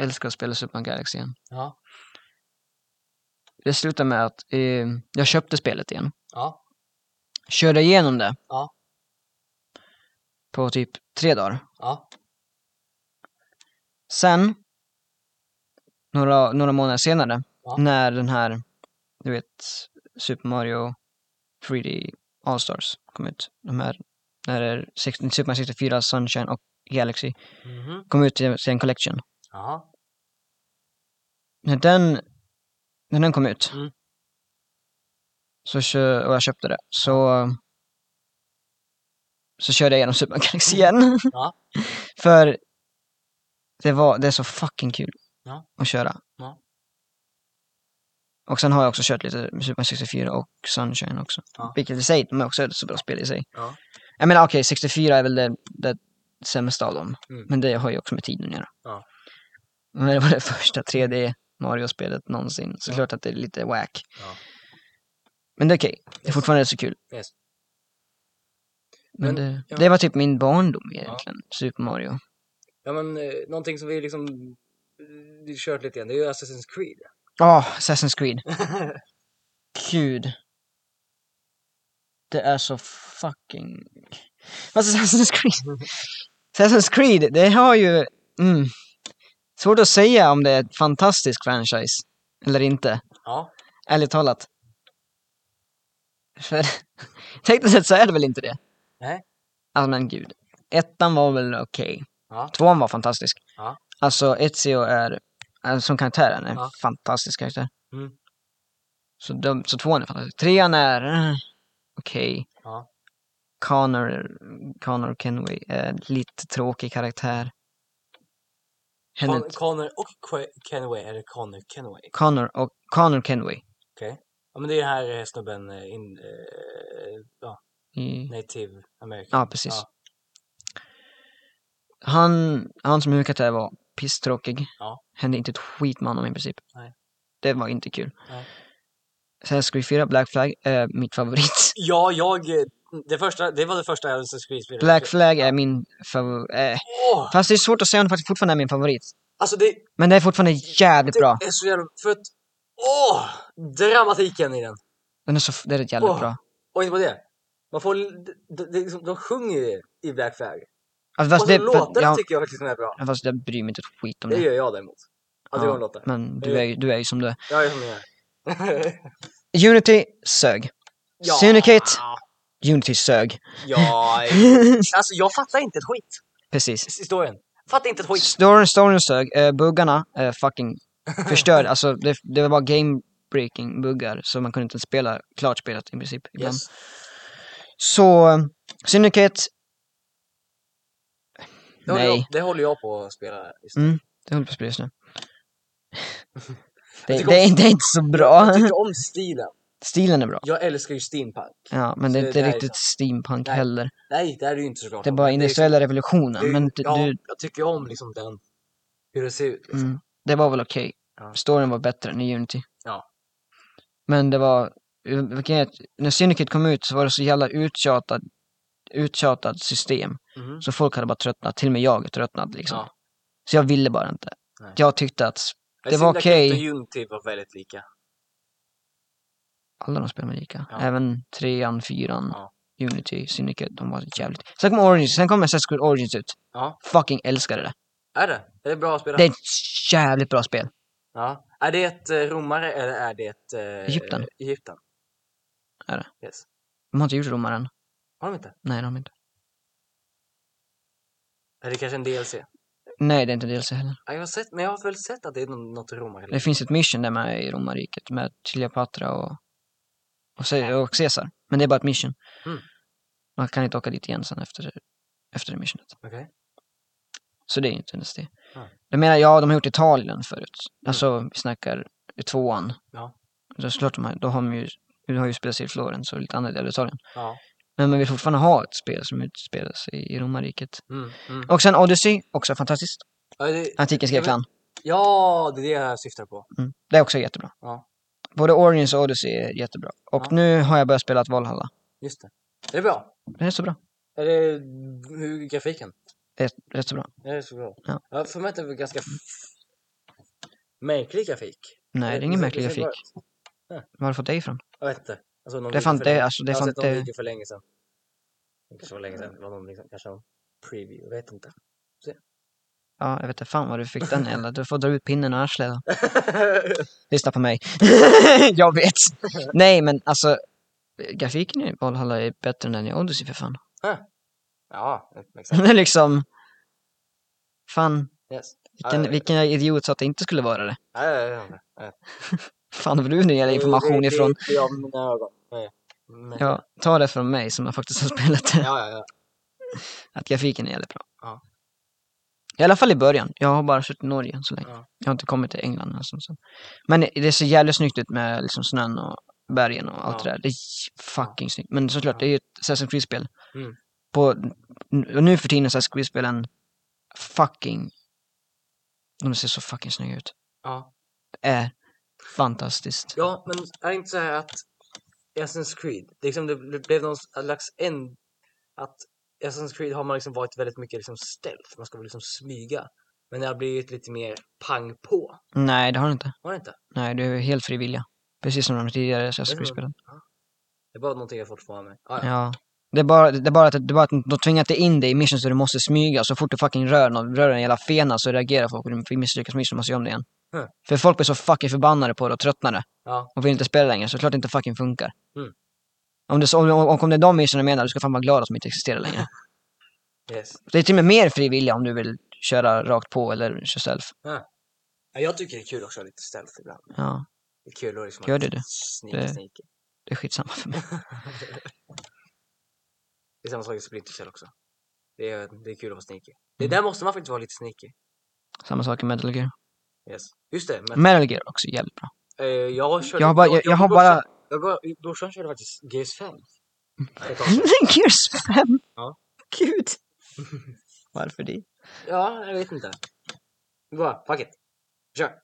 [SPEAKER 2] älska att spela Super Mario Galaxy igen.
[SPEAKER 1] ja,
[SPEAKER 2] Det slutade med att eh, jag köpte spelet igen.
[SPEAKER 1] ja,
[SPEAKER 2] Körde igenom det.
[SPEAKER 1] Ja.
[SPEAKER 2] På typ tre dagar.
[SPEAKER 1] ja,
[SPEAKER 2] Sen, några, några månader senare,
[SPEAKER 1] Ja.
[SPEAKER 2] när den här, du vet, Super Mario 3D All-Stars kom ut. De här, när det är 16, Super Mario 64, Sunshine och Galaxy
[SPEAKER 1] mhm,
[SPEAKER 2] kom ut till till en collection.
[SPEAKER 1] ja,
[SPEAKER 2] När den, när den kom ut,
[SPEAKER 1] Mm.
[SPEAKER 2] så kö, och jag köpte det, så så körde jag igenom Super Mario Galaxy igen.
[SPEAKER 1] Ja.
[SPEAKER 2] För det, var, det är så fucking kul
[SPEAKER 1] Ja.
[SPEAKER 2] att köra.
[SPEAKER 1] Ja.
[SPEAKER 2] Och sen har jag också kört lite Super Mario 64 och Sunshine också.
[SPEAKER 1] Ja.
[SPEAKER 2] Vilket i sig, de är också så bra spel i sig.
[SPEAKER 1] Ja.
[SPEAKER 2] Jag menar okej, 64 är väl det, det sämsta av dem.
[SPEAKER 1] Mm.
[SPEAKER 2] Men det har ju också med tiden att göra.
[SPEAKER 1] Ja.
[SPEAKER 2] Men det var det första 3D Mario-spelet någonsin. Så
[SPEAKER 1] Ja.
[SPEAKER 2] klart att det är lite wack.
[SPEAKER 1] Ja.
[SPEAKER 2] Men det är okej. Det är
[SPEAKER 1] Yes.
[SPEAKER 2] fortfarande så kul.
[SPEAKER 1] yes. Men,
[SPEAKER 2] Men det,
[SPEAKER 1] ja.
[SPEAKER 2] det var typ min barndom egentligen, Super Mario.
[SPEAKER 1] Ja men eh, någonting som vi liksom eh, kört lite grann, det är ju Assassin's Creed.
[SPEAKER 2] Ja, Ah, Assassin's Creed. Gud. Det är så fucking... Fast Assassin's Creed... Assassin's Creed, det har ju... Mm, svårt att säga om det är ett fantastisk franchise eller inte.
[SPEAKER 1] ja.
[SPEAKER 2] Ärligt talat. För tekniskt sett så är det väl inte det.
[SPEAKER 1] Nej.
[SPEAKER 2] Alltså men gud. Ettan var väl okej.
[SPEAKER 1] Ja.
[SPEAKER 2] Tvåan var fantastisk.
[SPEAKER 1] Ja.
[SPEAKER 2] Alltså Ezio är, är som karaktär, han är en
[SPEAKER 1] Ja.
[SPEAKER 2] fantastisk karaktär.
[SPEAKER 1] Mm.
[SPEAKER 2] Så, de, så tvåan är fantastisk. Trean är eh, okej.
[SPEAKER 1] Ja.
[SPEAKER 2] Connor, Connor Kenway är en lite tråkig karaktär. Henne,
[SPEAKER 1] Con- Connor och Que- Kenway, eller Connor Kenway.
[SPEAKER 2] Connor och Connor Kenway.
[SPEAKER 1] Ja men det är den här eh, snubben, eh, in, eh, ja,
[SPEAKER 2] I,
[SPEAKER 1] native American.
[SPEAKER 2] ja, precis. Han, han som huvudkaraktär var pisstråkig.
[SPEAKER 1] Ja.
[SPEAKER 2] Hände inte ett skit med honom i princip.
[SPEAKER 1] Nej.
[SPEAKER 2] Det var inte kul.
[SPEAKER 1] Nej.
[SPEAKER 2] Sen ska vi fira Black Flag, eh, mitt favorit.
[SPEAKER 1] Ja, jag, eh, det, första, det var det första Assassin's Creed-spelet.
[SPEAKER 2] Black Flag är min favorit. Eh,
[SPEAKER 1] Åh!
[SPEAKER 2] fast det är svårt att säga om det faktiskt fortfarande är min favorit.
[SPEAKER 1] Alltså det,
[SPEAKER 2] Men det är fortfarande jävligt
[SPEAKER 1] det
[SPEAKER 2] bra.
[SPEAKER 1] är så jävla... För att, åh! Dramatiken i den.
[SPEAKER 2] Den är så, f- det är jävligt
[SPEAKER 1] Åh.
[SPEAKER 2] bra.
[SPEAKER 1] Och inte bara det. Man får, de, de, de, liksom- de sjunger ju i Black Flag.
[SPEAKER 2] Alltså, fast
[SPEAKER 1] och så
[SPEAKER 2] det,
[SPEAKER 1] låtarna
[SPEAKER 2] jag,
[SPEAKER 1] tycker jag faktiskt är bra.
[SPEAKER 2] fast jag bryr mig inte ett skit om
[SPEAKER 1] Det
[SPEAKER 2] det.
[SPEAKER 1] gör jag däremot. Att
[SPEAKER 2] Ja,
[SPEAKER 1] ja. jag låtar.
[SPEAKER 2] Men du
[SPEAKER 1] Det-
[SPEAKER 2] är, ju- du är ju som du är.
[SPEAKER 1] Jag är som jag är.
[SPEAKER 2] Unity sög.
[SPEAKER 1] ja.
[SPEAKER 2] Syndicate. Unity sög.
[SPEAKER 1] Ja. Alltså jag fattar inte ett skit.
[SPEAKER 2] Precis.
[SPEAKER 1] Historien. Fattar inte ett skit.
[SPEAKER 2] Storyn, storyn sög. Eh, buggarna eh, fucking förstörde. alltså det, det var bara game breaking buggar. Så man kunde inte ens spela klart spelet i princip. Ibland.
[SPEAKER 1] Yes.
[SPEAKER 2] Så eh, Syndicate.
[SPEAKER 1] Det, håller jag,
[SPEAKER 2] Nej.
[SPEAKER 1] det håller jag på att spela. Just. nu.
[SPEAKER 2] Mm, det håller på att spela just nu. Det,
[SPEAKER 1] tycker
[SPEAKER 2] det, är, det är inte så bra.
[SPEAKER 1] Jag tycker om stilen.
[SPEAKER 2] Stilen är bra.
[SPEAKER 1] Jag älskar ju steampunk.
[SPEAKER 2] Ja, men det är
[SPEAKER 1] Så
[SPEAKER 2] inte
[SPEAKER 1] Alltså, det här-
[SPEAKER 2] riktigt steampunk
[SPEAKER 1] Nej.
[SPEAKER 2] heller.
[SPEAKER 1] Nej, det är det ju inte såklart.
[SPEAKER 2] Det är
[SPEAKER 1] Men
[SPEAKER 2] bara
[SPEAKER 1] liksom-
[SPEAKER 2] industriella revolutionen.
[SPEAKER 1] det-
[SPEAKER 2] Men du,
[SPEAKER 1] ja,
[SPEAKER 2] du,
[SPEAKER 1] jag tycker om liksom den. Hur det ser ut. Liksom.
[SPEAKER 2] mm, det var väl okej.
[SPEAKER 1] Ja.
[SPEAKER 2] Storyn var bättre än i Unity.
[SPEAKER 1] Ja.
[SPEAKER 2] Men det var, eh, vilken är- när Syndicate kom ut så var det så jävla uttjatat, uttjatat system.
[SPEAKER 1] Mhm.
[SPEAKER 2] Så folk hade bara tröttnat, till och med jag hade tröttnat liksom.
[SPEAKER 1] Ja.
[SPEAKER 2] Så jag ville bara inte.
[SPEAKER 1] Nej.
[SPEAKER 2] Jag tyckte att
[SPEAKER 1] Men
[SPEAKER 2] Det var
[SPEAKER 1] Syndicate
[SPEAKER 2] okej.
[SPEAKER 1] och Unity typ var väldigt lika.
[SPEAKER 2] alla de spelen var lika.
[SPEAKER 1] Ja.
[SPEAKER 2] Även trean, fyran,
[SPEAKER 1] Ja.
[SPEAKER 2] Unity, Syndicate, de var jävligt. Sen kom Origins, sen kom Assassin's Creed Origins ut.
[SPEAKER 1] Ja.
[SPEAKER 2] Fucking älskade det.
[SPEAKER 1] Är det? Är det bra att spela?
[SPEAKER 2] Det är ett jävligt bra spel.
[SPEAKER 1] Ja. Är det ett eh, romare eller är det ett... Eh,
[SPEAKER 2] Egypten.
[SPEAKER 1] Egypten.
[SPEAKER 2] Är det.
[SPEAKER 1] Yes.
[SPEAKER 2] De har inte gjort romaren.
[SPEAKER 1] Har de inte?
[SPEAKER 2] Nej, de har inte.
[SPEAKER 1] Är det kanske en DLC?
[SPEAKER 2] Nej, det är inte DLC heller.
[SPEAKER 1] Ja, jag har sett, men jag har väl sett att det är nå- något romare.
[SPEAKER 2] Det finns ett mission där med i romarriket med Cleopatra och, och, Ce- och Caesar. Men det är bara ett mission.
[SPEAKER 1] Mm.
[SPEAKER 2] Man kan inte åka dit igen sen efter, efter det missionet.
[SPEAKER 1] Okej.
[SPEAKER 2] Så det är inte ens det.
[SPEAKER 1] Nej.
[SPEAKER 2] Jag menar, ja, de har gjort Italien förut. Alltså, vi snackar tvåan.
[SPEAKER 1] Mm. Ja.
[SPEAKER 2] Då, såklart de har, då har de ju, de har ju spelats i Florens och lite andra delar av Italien.
[SPEAKER 1] Ja.
[SPEAKER 2] Men man vill fortfarande ha ett spel som utspelas i, i romarriket.
[SPEAKER 1] Mm, mm.
[SPEAKER 2] Och sen Odyssey, också fantastiskt.
[SPEAKER 1] Ja, det,
[SPEAKER 2] Antikens
[SPEAKER 1] Ja, men-
[SPEAKER 2] Grekland.
[SPEAKER 1] ja, det är det jag syftar på.
[SPEAKER 2] Mm. Det är också jättebra.
[SPEAKER 1] Ja.
[SPEAKER 2] Både Origins och Odyssey är jättebra. Och
[SPEAKER 1] Ja.
[SPEAKER 2] nu har jag börjat spela ett Valhalla.
[SPEAKER 1] Just det. Är det bra?
[SPEAKER 2] Det är så bra.
[SPEAKER 1] Är det hur är grafiken?
[SPEAKER 2] Det är rätt så bra.
[SPEAKER 1] Är det så bra?
[SPEAKER 2] Ja.
[SPEAKER 1] Jag har för mig att det var ganska f- märklig grafik.
[SPEAKER 2] Nej, det är ingen
[SPEAKER 1] ser-
[SPEAKER 2] märklig
[SPEAKER 1] ser bra
[SPEAKER 2] grafik.
[SPEAKER 1] ut.
[SPEAKER 2] Var har du fått det ifrån?
[SPEAKER 1] Jag vet inte. Alltså, någon
[SPEAKER 2] Det är
[SPEAKER 1] video
[SPEAKER 2] fan
[SPEAKER 1] för
[SPEAKER 2] det,
[SPEAKER 1] länge-
[SPEAKER 2] alltså det
[SPEAKER 1] jag
[SPEAKER 2] är
[SPEAKER 1] har
[SPEAKER 2] fan
[SPEAKER 1] sett någon
[SPEAKER 2] inte...
[SPEAKER 1] video för länge sedan. Det kanske var länge sedan. Det var någon liksom, kanske någon preview. Jag vet inte.
[SPEAKER 2] Ja, jag vet inte fan var du fick den eller Du får dra ut pinnen och arslet då. Lyssna på mig. jag vet. Nej, men alltså. Grafiken i Valhalla är bättre än den i Odyssey för fan.
[SPEAKER 1] ja, exakt.
[SPEAKER 2] Det är liksom... Fan,
[SPEAKER 1] Yes.
[SPEAKER 2] vilken,
[SPEAKER 1] Ja,
[SPEAKER 2] vilken idiot sa att det inte skulle vara det.
[SPEAKER 1] Ja, ja, ja, ja, ja.
[SPEAKER 2] Fan, var du nu gäller
[SPEAKER 1] Det-
[SPEAKER 2] information
[SPEAKER 1] det-
[SPEAKER 2] ifrån?
[SPEAKER 1] Det är av mina ögon. Nej. Men-
[SPEAKER 2] Ja, ta det från mig som har faktiskt har spelat det.
[SPEAKER 1] Ja, ja, ja.
[SPEAKER 2] Att grafiken är jävligt bra.
[SPEAKER 1] Ja.
[SPEAKER 2] I alla fall i början. Jag har bara suttit i Norge så länge.
[SPEAKER 1] Ja.
[SPEAKER 2] Jag har inte kommit till England. Alltså, så. Men det ser jävligt snyggt ut med liksom snön och bergen och allt
[SPEAKER 1] Ja.
[SPEAKER 2] det där. Det är fucking snyggt. Men såklart, det är ju ett Assassin's Creed-spel.
[SPEAKER 1] Mm.
[SPEAKER 2] På, och nu för tiden är Assassin's Creed-spelen fucking... De ser så fucking snygga ut.
[SPEAKER 1] ja.
[SPEAKER 2] Det är fantastiskt.
[SPEAKER 1] Ja, men är det inte så här att i Assassin's Creed, det, liksom, det blev någon slags en... Att i Assassin's Creed har man liksom varit väldigt mycket liksom stealth, man ska väl liksom smyga. Men det har blivit lite mer pang på,
[SPEAKER 2] Nej, det har du inte.
[SPEAKER 1] har det inte?
[SPEAKER 2] Nej, du är helt fri vilja. Precis som de tidigare Assassin's
[SPEAKER 1] som-
[SPEAKER 2] Creed-spelen.
[SPEAKER 1] Det är bara någonting jag fått för mig. Ah, ja.
[SPEAKER 2] Ja. Det är, bara, det, är bara att, det är bara att de tvingat dig in dig i missions där du måste smyga. Så fort du fucking rör någon, rör en jävla fena så reagerar folk och du misslyckas med mission och måste gömma dig igen.
[SPEAKER 1] Mm.
[SPEAKER 2] För folk blir så fucking förbannade på det och tröttnade.
[SPEAKER 1] Ja.
[SPEAKER 2] Och vill inte spela längre, så klart det inte fucking funkar.
[SPEAKER 1] Mm.
[SPEAKER 2] Om, det, så- om, om, om det är de missionen du menar, du ska fan vara glad att de inte existerar längre.
[SPEAKER 1] Yes.
[SPEAKER 2] Det är till och med mer fri vilja om du vill köra rakt på eller kör self.
[SPEAKER 1] Ja, jag tycker det är kul också att ha lite stealth ibland.
[SPEAKER 2] Ja,
[SPEAKER 1] Det är kul att liksom
[SPEAKER 2] Gör det du?
[SPEAKER 1] Sneaky,
[SPEAKER 2] Det-
[SPEAKER 1] sneaky.
[SPEAKER 2] det är skitsamma för mig.
[SPEAKER 1] Det är samma sak i Splinter Cell också. Det är, det är kul att vara sneaky. Det
[SPEAKER 2] Mm.
[SPEAKER 1] där måste man faktiskt vara lite sneaky.
[SPEAKER 2] Samma sak i Metal Gear.
[SPEAKER 1] Yes. Just det, men
[SPEAKER 2] Metal Gear är också jävligt bra.
[SPEAKER 1] eh, jag körde...
[SPEAKER 2] Jag har bara, jag, jag har
[SPEAKER 1] brorsan-
[SPEAKER 2] bara...
[SPEAKER 1] Jag, går- brorsan körde faktiskt Gears 5. Ett tag sedan.
[SPEAKER 2] Gears 5?
[SPEAKER 1] Ja.
[SPEAKER 2] Gud. Varför det?
[SPEAKER 1] ja, jag vet inte. Bara, fuck it. Kör.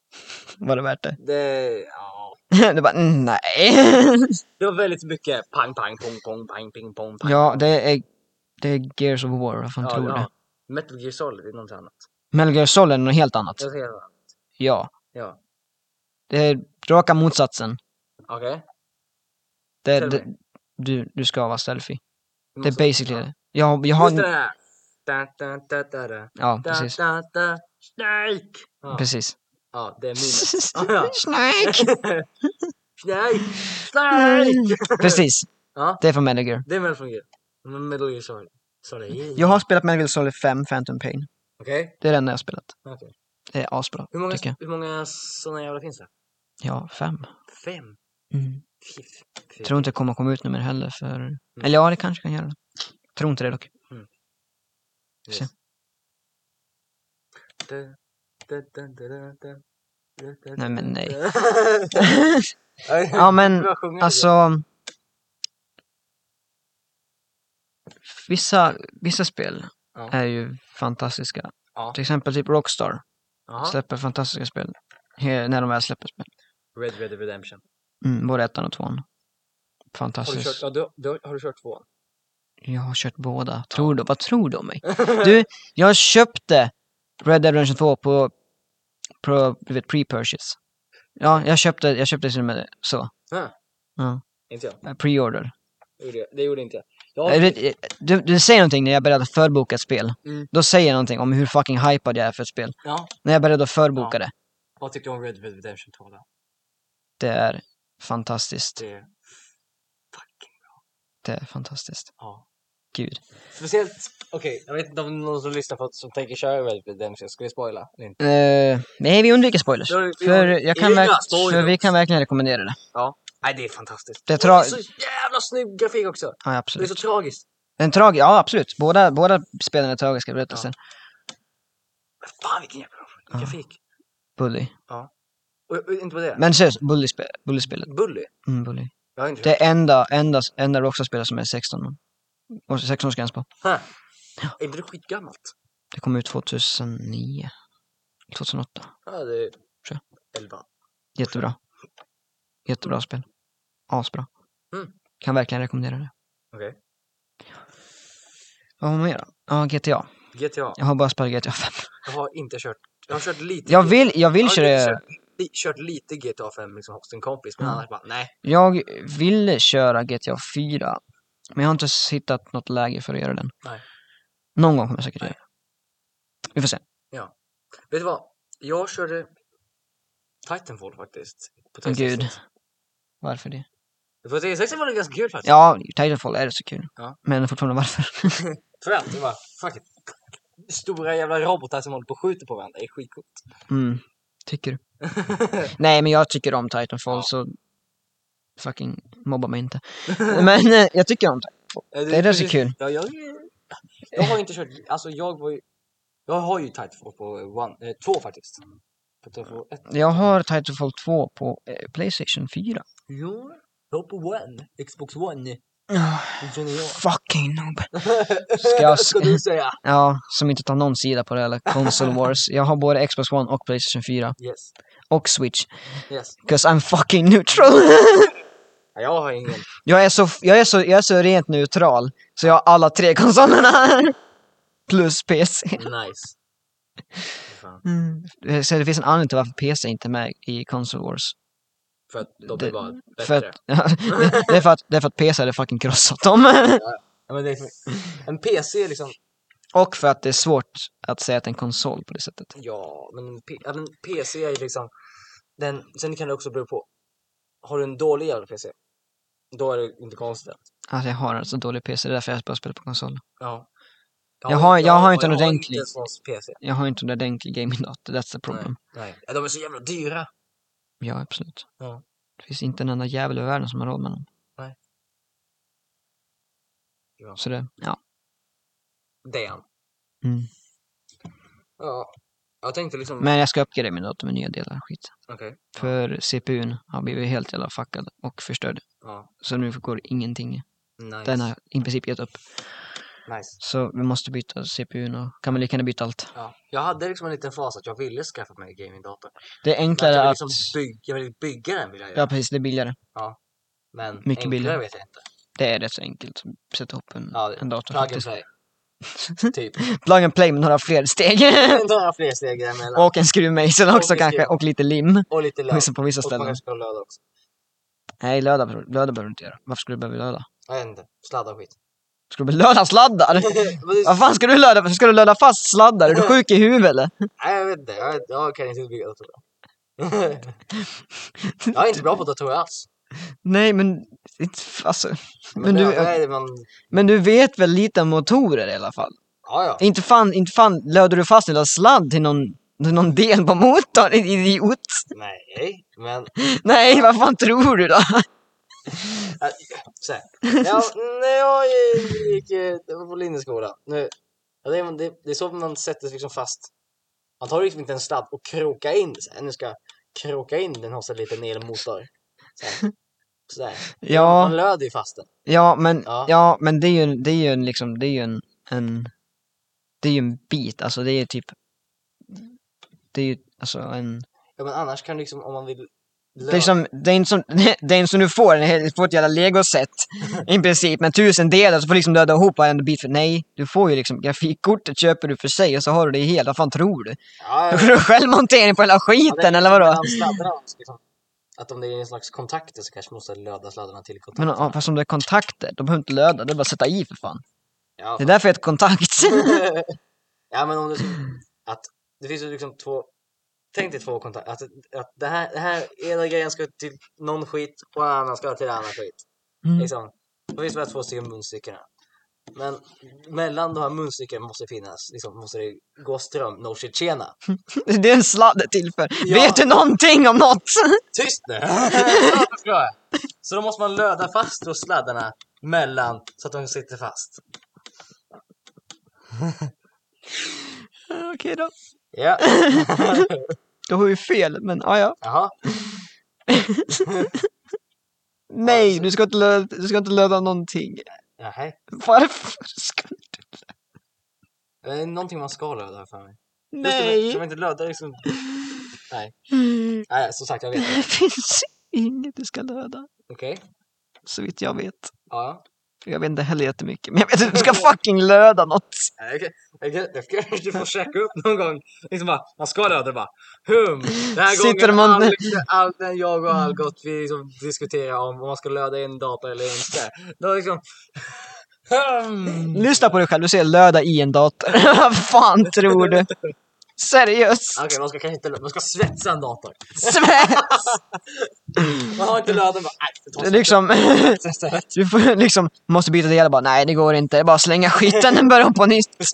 [SPEAKER 2] Var det värt det?
[SPEAKER 1] Det, ja.
[SPEAKER 2] du bara, mm, nej.
[SPEAKER 1] det var väldigt mycket pang, pang, pong, pong, pang, ping, pong, pang.
[SPEAKER 2] ja, det är, det är Gears of War, vad fan
[SPEAKER 1] Ja,
[SPEAKER 2] tror du?
[SPEAKER 1] ja. Metal Gear Solid är någonting annat.
[SPEAKER 2] Metal Gear Solid är något helt annat.
[SPEAKER 1] Jag säger det.
[SPEAKER 2] Ja.
[SPEAKER 1] Ja.
[SPEAKER 2] Det är raka motsatsen.
[SPEAKER 1] Okej.
[SPEAKER 2] Det,
[SPEAKER 1] Tell
[SPEAKER 2] det,
[SPEAKER 1] me.
[SPEAKER 2] du, du ska vara selfie.
[SPEAKER 1] Vi
[SPEAKER 2] Det är
[SPEAKER 1] måste-
[SPEAKER 2] basically det. Jag, jag
[SPEAKER 1] Just det
[SPEAKER 2] har...
[SPEAKER 1] här. Da, da, da, da, da.
[SPEAKER 2] Ja,
[SPEAKER 1] Da,
[SPEAKER 2] precis.
[SPEAKER 1] da, da. Snake! Ja,
[SPEAKER 2] Precis.
[SPEAKER 1] ja det är mimet. Ja.
[SPEAKER 2] Snake!
[SPEAKER 1] Snake!
[SPEAKER 2] Mm.
[SPEAKER 1] Snake!
[SPEAKER 2] Precis.
[SPEAKER 1] Ja.
[SPEAKER 2] Det är från Metal Gear.
[SPEAKER 1] Det är Metal Gear. Men Metal Gear Solid. Sorry.
[SPEAKER 2] Jag har spelat Metal Gear Solid 5, Phantom Pain.
[SPEAKER 1] Okej.
[SPEAKER 2] Det är det enda jag har spelat.
[SPEAKER 1] okej.
[SPEAKER 2] Det är asbra,
[SPEAKER 1] Hur många,
[SPEAKER 2] tycker jag.
[SPEAKER 1] hur många såna jävla finns det?
[SPEAKER 2] Ja, fem.
[SPEAKER 1] Fem?
[SPEAKER 2] Mm.
[SPEAKER 1] Fy, fy.
[SPEAKER 2] Tror inte det kommer komma ut nummer heller för...
[SPEAKER 1] Mm.
[SPEAKER 2] Eller ja, det kanske kan göra det. Tror inte det dock. se.
[SPEAKER 1] Da, da, da, da, da, da, da, da,
[SPEAKER 2] Nej, men nej.
[SPEAKER 1] da.
[SPEAKER 2] Ja, men
[SPEAKER 1] Bra sjunga,
[SPEAKER 2] alltså... Vissa, vissa spel
[SPEAKER 1] Ja.
[SPEAKER 2] är ju fantastiska.
[SPEAKER 1] Ja.
[SPEAKER 2] Till exempel typ Rockstar
[SPEAKER 1] Jaha.
[SPEAKER 2] släpper fantastiska spel. he- När de väl släpper spel.
[SPEAKER 1] Red Red Redemption.
[SPEAKER 2] Mm, både ettan och tvåan.
[SPEAKER 1] Har du
[SPEAKER 2] Fantastiskt.
[SPEAKER 1] kört, ja, du, du, har du kört tvåan?
[SPEAKER 2] Jag har kört båda. Tror du? Vad tror du om mig? Du, jag köpte Red Dead Redemption 2 på, på du vet, pre-purchase. Ja, jag köpte, jag köpte till och med så.
[SPEAKER 1] Inte jag.
[SPEAKER 2] eh, Pre-order.
[SPEAKER 1] Det gjorde jag, det gjorde inte jag.
[SPEAKER 2] Jag
[SPEAKER 1] jag.
[SPEAKER 2] vet- eh, Du, du säger någonting när jag började förboka ett spel.
[SPEAKER 1] Mm.
[SPEAKER 2] Då säger jag någonting om hur fucking hypad jag är för ett spel.
[SPEAKER 1] Ja.
[SPEAKER 2] När jag började förboka det.
[SPEAKER 1] Vad tyckte du om Red Red Redemption 2 då?
[SPEAKER 2] Det är fantastiskt.
[SPEAKER 1] Det,
[SPEAKER 2] Det är fantastiskt.
[SPEAKER 1] ja.
[SPEAKER 2] Gud.
[SPEAKER 1] Speciellt, okej, jag vet inte om någon som lyssnar på som tänker köra Red Red Redemption, ska vi spoila? eller inte?
[SPEAKER 2] Eh, nej, vi undviker spoilers.
[SPEAKER 1] Ja, vi-
[SPEAKER 2] För, jag kan
[SPEAKER 1] Inga
[SPEAKER 2] verk- för
[SPEAKER 1] spoilers.
[SPEAKER 2] vi kan verkligen rekommendera det.
[SPEAKER 1] Nej, det är fantastiskt.
[SPEAKER 2] Det är
[SPEAKER 1] Och det är
[SPEAKER 2] tra-
[SPEAKER 1] så jävla snygg grafik också!
[SPEAKER 2] Ja,
[SPEAKER 1] Det är
[SPEAKER 2] absolut.
[SPEAKER 1] så tragiskt.
[SPEAKER 2] En trag ja absolut. Båda, båda spelen är tragiska berättelser.
[SPEAKER 1] Men fan vilken jävla grafik.
[SPEAKER 2] Bully.
[SPEAKER 1] Och, och inte bara det,
[SPEAKER 2] Men seriöst, Bully-spelet. Bully spelet.
[SPEAKER 1] Bully.
[SPEAKER 2] mm, Bully.
[SPEAKER 1] Jag har inte
[SPEAKER 2] Det är enda, enda, enda Rockstar-spelet som är 16. man. Och 16-årsgräns på.
[SPEAKER 1] Huh. Är inte det skitgammalt?
[SPEAKER 2] Det kom ut 2009. 2008.
[SPEAKER 1] Ja, det är...
[SPEAKER 2] Tror
[SPEAKER 1] 11.
[SPEAKER 2] Jättebra. Jättebra spel. Asbra.
[SPEAKER 1] Mm.
[SPEAKER 2] Kan verkligen rekommendera det.
[SPEAKER 1] Okej.
[SPEAKER 2] Vad har man mer då? Ja, GTA.
[SPEAKER 1] GTA.
[SPEAKER 2] Jag har bara spelat GTA 5.
[SPEAKER 1] Jag har inte kört... Jag har kört lite...
[SPEAKER 2] Jag vill, jag vill
[SPEAKER 1] jag har
[SPEAKER 2] köra...
[SPEAKER 1] kört, li, kört lite GTA 5 liksom, hos en kompis, men
[SPEAKER 2] Ja.
[SPEAKER 1] annars bara nej.
[SPEAKER 2] Jag ville köra GTA 4, men jag har inte s- hittat något läge för att göra den.
[SPEAKER 1] Nej.
[SPEAKER 2] Någon gång kommer jag säkert
[SPEAKER 1] Nej.
[SPEAKER 2] göra det. Vi får se.
[SPEAKER 1] Vet du vad? Jag körde Titanfall faktiskt. På
[SPEAKER 2] Åh,
[SPEAKER 1] 360.
[SPEAKER 2] gud. Varför det?
[SPEAKER 1] På 360 var det ganska kul faktiskt.
[SPEAKER 2] Ja, Titanfall är det så kul.
[SPEAKER 1] Alltså. Ja.
[SPEAKER 2] Men fortfarande varför?
[SPEAKER 1] För att det var, fuck it. Stora jävla robotar som håller på och skjuter på varandra, det är skitcoolt.
[SPEAKER 2] Mm. Tycker du? Nej, men jag tycker om Titanfall
[SPEAKER 1] Ja.
[SPEAKER 2] så fucking mobba mig inte. men eh, jag tycker om Titanfall.
[SPEAKER 1] Ja,
[SPEAKER 2] Det är det som
[SPEAKER 1] Eh,
[SPEAKER 2] är
[SPEAKER 1] precis-
[SPEAKER 2] kul.
[SPEAKER 1] Ja, jag, jag har inte kört, alltså jag var ju, jag har ju Titanfall på one, eh, två faktiskt. På Titanfall 1.
[SPEAKER 2] Jag har Titanfall 2 på eh, Playstation 4.
[SPEAKER 1] Ja, jag har på one, Xbox one.
[SPEAKER 2] Ja,
[SPEAKER 1] Det känner jag.
[SPEAKER 2] fucking noob. Ska jag...
[SPEAKER 1] Ska du säga?
[SPEAKER 2] Ja, som inte tar någon sida på det eller Console Wars. Jag har både Xbox One och Playstation 4.
[SPEAKER 1] Yes,
[SPEAKER 2] Och Switch.
[SPEAKER 1] yes.
[SPEAKER 2] Cause I'm fucking neutral.
[SPEAKER 1] Ja, Ja, jag har ingen.
[SPEAKER 2] Jag är så, jag är så, jag är så rent neutral, så jag har alla tre konsolerna. Plus PC.
[SPEAKER 1] Nice. Fan.
[SPEAKER 2] Så det finns en anledning till varför PC inte är med i Console Wars.
[SPEAKER 1] För att de
[SPEAKER 2] Det-
[SPEAKER 1] blir bara bättre.
[SPEAKER 2] För att, det, är för att, det är för att PC hade fucking krossat dem.
[SPEAKER 1] Ja, men det är liksom, en PC är liksom,
[SPEAKER 2] Och för att det är svårt att säga att det är en konsol på det sättet.
[SPEAKER 1] ja, men en, P- ja, men PC är ju liksom, den, sen kan det också bero på, har du en dålig jävla PC, då är det inte konstigt.
[SPEAKER 2] Alltså jag har en så dålig PC, det är därför jag bara spelar på konsol.
[SPEAKER 1] Ja.
[SPEAKER 2] Jag har- jag har inte en
[SPEAKER 1] Jag har
[SPEAKER 2] ordentlig.
[SPEAKER 1] inte en sån PC.
[SPEAKER 2] Jag har inte en ordentlig gamingdator, that's the problem.
[SPEAKER 1] Nej. Ja, de är så jävla dyra.
[SPEAKER 2] Ja, absolut.
[SPEAKER 1] Ja.
[SPEAKER 2] Det finns inte en enda jävel i världen som har råd med den.
[SPEAKER 1] Nej. Ja.
[SPEAKER 2] Så det, ja.
[SPEAKER 1] Damn.
[SPEAKER 2] Mm.
[SPEAKER 1] Ja. Jag tänkte liksom,
[SPEAKER 2] Men jag ska uppgradera min dator med nya delar och skit.
[SPEAKER 1] okej.
[SPEAKER 2] För CPUn har blivit helt jävla fuckad och förstörd.
[SPEAKER 1] Ja.
[SPEAKER 2] Så nu går ingenting.
[SPEAKER 1] Nice.
[SPEAKER 2] Den har i princip gett upp.
[SPEAKER 1] nice.
[SPEAKER 2] Så vi måste byta CPUn och kan man lika gärna byta allt.
[SPEAKER 1] Ja. Jag hade liksom en liten fas att jag ville skaffa mig en gamingdator.
[SPEAKER 2] Det är
[SPEAKER 1] Men att
[SPEAKER 2] enklare
[SPEAKER 1] jag, vill
[SPEAKER 2] att...
[SPEAKER 1] liksom bygga, jag ville bygga den vill jag göra.
[SPEAKER 2] Ja, precis. Det är billigare.
[SPEAKER 1] Men
[SPEAKER 2] mycket
[SPEAKER 1] enklare
[SPEAKER 2] billigare.
[SPEAKER 1] vet jag inte.
[SPEAKER 2] Det är rätt så enkelt att sätta ihop en,
[SPEAKER 1] Ja, det-
[SPEAKER 2] en dator
[SPEAKER 1] Plug and
[SPEAKER 2] faktiskt.
[SPEAKER 1] play. typ.
[SPEAKER 2] Plug and play med några fler steg.
[SPEAKER 1] Några fler steg däremellan.
[SPEAKER 2] och en skruvmejsel
[SPEAKER 1] Och
[SPEAKER 2] också
[SPEAKER 1] en
[SPEAKER 2] kanske,
[SPEAKER 1] skruv.
[SPEAKER 2] och lite lim. Liksom
[SPEAKER 1] Och lite löv.
[SPEAKER 2] På vissa
[SPEAKER 1] Och man
[SPEAKER 2] ställen.
[SPEAKER 1] kanske ska ha löv också.
[SPEAKER 2] Nej, löda, behöver- löda behöver du inte göra. Varför skulle du behöva löda?
[SPEAKER 1] Jag vet inte. Sladdar och skit.
[SPEAKER 2] Ska du behöva löda sladdar?
[SPEAKER 1] Men det-
[SPEAKER 2] Vad fan ska du löda? Ska du löda fast sladdar? Är du sjuk i huvudet eller?
[SPEAKER 1] Nej, jag vet inte. Jag, jag kan inte bygga datorer. jag är inte bra på datorer alls.
[SPEAKER 2] Nej, men... inte- Alltså,
[SPEAKER 1] Men,
[SPEAKER 2] Men
[SPEAKER 1] det-
[SPEAKER 2] du- eh,
[SPEAKER 1] nej, man,
[SPEAKER 2] men du vet väl lite om motorer i alla fall?
[SPEAKER 1] ja, ja.
[SPEAKER 2] Inte fan, inte fan löder du fast en liten sladd till någon, till någon del på motorn, din idiot!
[SPEAKER 1] Nej, men
[SPEAKER 2] Nej, vad fan tror du då?
[SPEAKER 1] Äh, så här. Ja, när jag eh, gick eh, det var på Lindeskolan. Nu, ja, det, är- det, det är så man sätter sig liksom fast. Man tar liksom inte en sladd och krokar in. Så här, nu ska jag kroka in den hos en liten elmotor. Så här. Så här. Man
[SPEAKER 2] Ja,
[SPEAKER 1] löder ju fast den.
[SPEAKER 2] ja men,
[SPEAKER 1] Ja.
[SPEAKER 2] ja, men det är ju, en- det är ju en, liksom, det är ju en, en, det är ju en bit, alltså det är typ, det är ju, alltså en,
[SPEAKER 1] Ja, men annars kan du liksom om man vill
[SPEAKER 2] det är, liksom, det är inte som, det är inte som du får, en hel- du får ett jävla legoset i princip med tusen delar, så får du liksom löda ihop varenda bit, för nej, du får ju liksom grafikkortet köper du för sig och så har du det i helt, vad fan tror du?
[SPEAKER 1] Ja, ja.
[SPEAKER 2] Tror du självmontering på hela skiten eller vadå?
[SPEAKER 1] mellan sladdarna också, liksom. Att om det är en slags kontakter så kanske man måste löda sladdarna till
[SPEAKER 2] Men
[SPEAKER 1] kontakten.
[SPEAKER 2] ja, fast om det är kontakter, då behöver du inte löda, det är bara att sätta i för fan.
[SPEAKER 1] Ja.
[SPEAKER 2] Det är därför jag heter kontakt.
[SPEAKER 1] ja men om det
[SPEAKER 2] Mm.
[SPEAKER 1] att det finns ju liksom två Tänk dig två kontakter, att, att det här, det här ena grejen ska till någon skit och den andra ska till en annan skit.
[SPEAKER 2] Mm.
[SPEAKER 1] Liksom. Då finns det bara två stycken munstycken. här. Men mellan de här munstycken måste finnas, liksom, måste det gå ström, no shit tjena.
[SPEAKER 2] Det är en sladd det är till för.
[SPEAKER 1] Ja.
[SPEAKER 2] Vet du någonting om något?
[SPEAKER 1] Tyst nu! Ja, förstår jag. så då måste man löda fast då sladdarna mellan så att de sitter fast.
[SPEAKER 2] Okej då.
[SPEAKER 1] Ja,
[SPEAKER 2] Du har ju fel, men ja, ja.
[SPEAKER 1] jaha.
[SPEAKER 2] Nej, du ska inte löda, du ska inte löda någonting.
[SPEAKER 1] Nähä.
[SPEAKER 2] Varför ska du?
[SPEAKER 1] Det är någonting man ska löda för mig. Just det, men
[SPEAKER 2] Nej.
[SPEAKER 1] Kan man inte löda liksom? Nej. Nej, som sagt, jag vet
[SPEAKER 2] Det
[SPEAKER 1] inte.
[SPEAKER 2] finns inget du ska löda,
[SPEAKER 1] Okej.
[SPEAKER 2] så vitt jag vet.
[SPEAKER 1] Ja.
[SPEAKER 2] För jag vet inte heller jättemycket, men jag vet att du ska fucking löda något.
[SPEAKER 1] Nej, okej. Jag kan- jag kanske du får checka upp någon gång. Liksom bara, man ska löda det bara. Hum! Den här
[SPEAKER 2] Sitter
[SPEAKER 1] gången
[SPEAKER 2] man-
[SPEAKER 1] Alex, Alden, jag och Algot, vi liksom diskuterar om, om man ska löda i en dator eller inte. Då liksom... Hum!
[SPEAKER 2] Lyssna på dig själv, du säger löda i en dator. Vad fan tror du? Seriöst?
[SPEAKER 1] Okej, man ska kanske inte lö- man ska svetsa en dator.
[SPEAKER 2] Svets!
[SPEAKER 1] Man har inte löden bara, nej, det tar
[SPEAKER 2] Det är liksom,
[SPEAKER 1] så här.
[SPEAKER 2] du får liksom, måste byta del och bara nej det går inte, Det är bara att slänga skiten och börja om på nytt.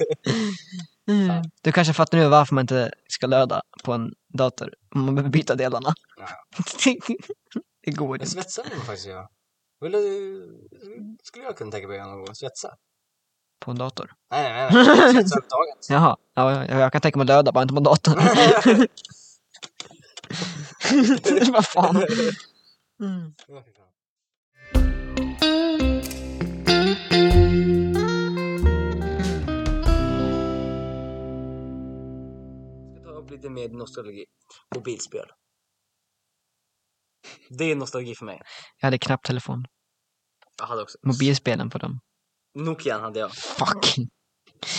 [SPEAKER 2] Mm. Du kanske fattar nu varför man inte ska löda på en dator, om man behöver byta delarna.
[SPEAKER 1] Ja.
[SPEAKER 2] Det går
[SPEAKER 1] Men
[SPEAKER 2] inte.
[SPEAKER 1] svetsa vill man faktiskt göra. Vill du... Skulle jag kunna tänka mig att göra någon gång, svetsa.
[SPEAKER 2] På en dator.
[SPEAKER 1] Nej, nej, nej. nej. Svetsa överhuvudtaget.
[SPEAKER 2] Jaha, ja, ja, jag kan tänka mig att löda, bara inte på en dator. Vad fan. Mm.
[SPEAKER 1] Ja, fy fan. Jag ska ta upp lite mer nostalgi. Mobilspel. Det är nostalgi för mig.
[SPEAKER 2] Jag hade knapptelefon.
[SPEAKER 1] Jag hade också.
[SPEAKER 2] Mobilspelen på dem.
[SPEAKER 1] Nokian hade jag.
[SPEAKER 2] Fucking.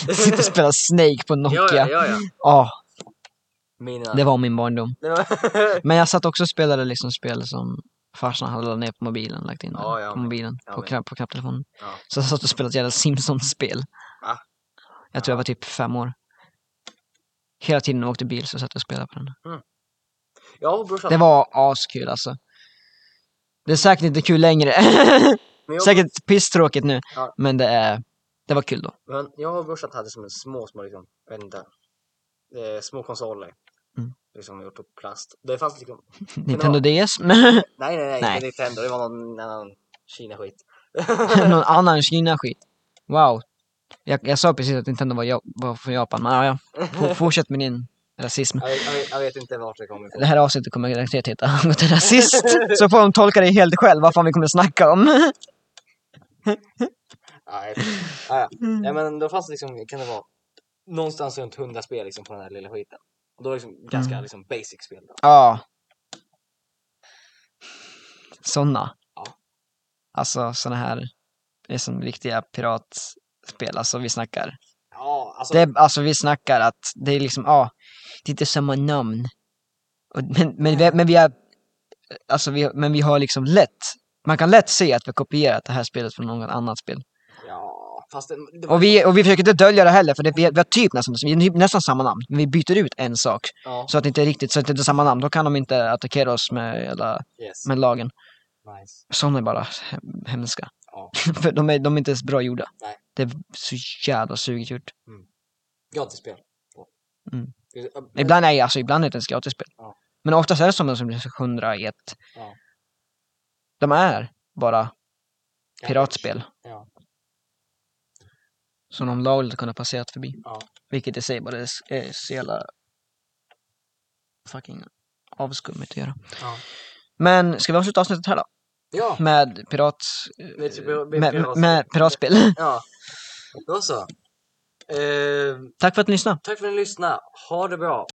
[SPEAKER 2] Jag sitter och spelar Snake på Nokia.
[SPEAKER 1] Ja, ja, ja. ja.
[SPEAKER 2] Ja,
[SPEAKER 1] Mina.
[SPEAKER 2] det var min barndom.
[SPEAKER 1] Det var...
[SPEAKER 2] Men jag satt också och spelade liksom spel som farsan hade laddat ner på mobilen, lagt in
[SPEAKER 1] Ja, ja,
[SPEAKER 2] på
[SPEAKER 1] men-
[SPEAKER 2] mobilen,
[SPEAKER 1] ja,
[SPEAKER 2] på,
[SPEAKER 1] men-
[SPEAKER 2] knapp, på knapptelefonen.
[SPEAKER 1] Ja.
[SPEAKER 2] Så jag satt och spelade ett jävla Simpsons-spel.
[SPEAKER 1] Ah.
[SPEAKER 2] Jag tror jag var typ fem år. Hela tiden när jag åkte bil så satt jag och spelade på den.
[SPEAKER 1] jag och brorsan.
[SPEAKER 2] Det var askul alltså. Det är säkert inte kul längre.
[SPEAKER 1] Men jag,
[SPEAKER 2] säkert pisstråkigt nu.
[SPEAKER 1] Ja.
[SPEAKER 2] Men det, är, det var kul då.
[SPEAKER 1] men jag och brorsan hade som en små, små liksom, jag vet inte. Eh, små konsoler.
[SPEAKER 2] Mm.
[SPEAKER 1] Liksom gjort av plast. Det fanns liksom,
[SPEAKER 2] Nintendo DS.
[SPEAKER 1] nej nej nej,
[SPEAKER 2] Nej.
[SPEAKER 1] nej. Nintendo, det var någon annan Kina-skit.
[SPEAKER 2] någon annan Kina-skit. Wow. Jag, jag sa precis att Nintendo var, ja, var från Japan, men ja, ja. F- fortsätt med din rasism.
[SPEAKER 1] Jag, jag, jag vet inte vart det kommer ifrån.
[SPEAKER 2] Det här avsnittet kommer garanterat heta "Han är rasist. Så får de tolka det helt själv vad fan vi kommer snacka om.
[SPEAKER 1] Nej, ah, ja. ja, men då fanns det liksom, kan det vara någonstans runt 100 spel liksom på den här lilla skiten. Och då var det liksom ganska
[SPEAKER 2] Mm.
[SPEAKER 1] liksom basic spel då.
[SPEAKER 2] Ja. Såna.
[SPEAKER 1] Ja.
[SPEAKER 2] Alltså såna här, det är som riktiga piratspel, alltså vi snackar.
[SPEAKER 1] Ja, alltså
[SPEAKER 2] Det, är- alltså vi snackar att det är liksom, ja, det är inte samma namn. Och, men, men, vi, men vi är, alltså vi, men vi har liksom lätt, man kan lätt se att vi har kopierat det här spelet från något annat spel.
[SPEAKER 1] ja, fast det, det var,
[SPEAKER 2] Och vi, och vi försöker inte dölja det heller, för det, vi, vi har typ nästan, vi har typ nästan samma namn, men vi byter ut en sak.
[SPEAKER 1] ja,
[SPEAKER 2] Så att det inte är riktigt, så att det inte är samma namn, då kan de inte attackera oss med, jävla-
[SPEAKER 1] yes,
[SPEAKER 2] med lagen.
[SPEAKER 1] nice.
[SPEAKER 2] Sådana är bara hem- hemska.
[SPEAKER 1] Ja.
[SPEAKER 2] För de är, de är inte ens bra gjorda.
[SPEAKER 1] Nej.
[SPEAKER 2] Det är så jävla sugigt gjort.
[SPEAKER 1] Gratisspel.
[SPEAKER 2] Mm.
[SPEAKER 1] Det- ja, men-
[SPEAKER 2] Ibland är alltså, ibland är det inte ens gratisspel.
[SPEAKER 1] Ja.
[SPEAKER 2] Men oftast är det som de som blir 101.
[SPEAKER 1] Ja.
[SPEAKER 2] De är bara piratspel.
[SPEAKER 1] Ja.
[SPEAKER 2] Som de lagligt kunde ha passerat förbi.
[SPEAKER 1] Ja.
[SPEAKER 2] Vilket i sig bara är s- är så jävla fucking avskummigt att göra.
[SPEAKER 1] Ja.
[SPEAKER 2] Men ska vi avsluta avsnittet här då?
[SPEAKER 1] Ja,
[SPEAKER 2] Med pirat...
[SPEAKER 1] Med typ- med
[SPEAKER 2] med, med,
[SPEAKER 1] piratspel.
[SPEAKER 2] med piratspel.
[SPEAKER 1] ja. Då så. Eh,
[SPEAKER 2] Tack för att ni lyssnade.
[SPEAKER 1] tack för att ni lyssnade. Ha det bra.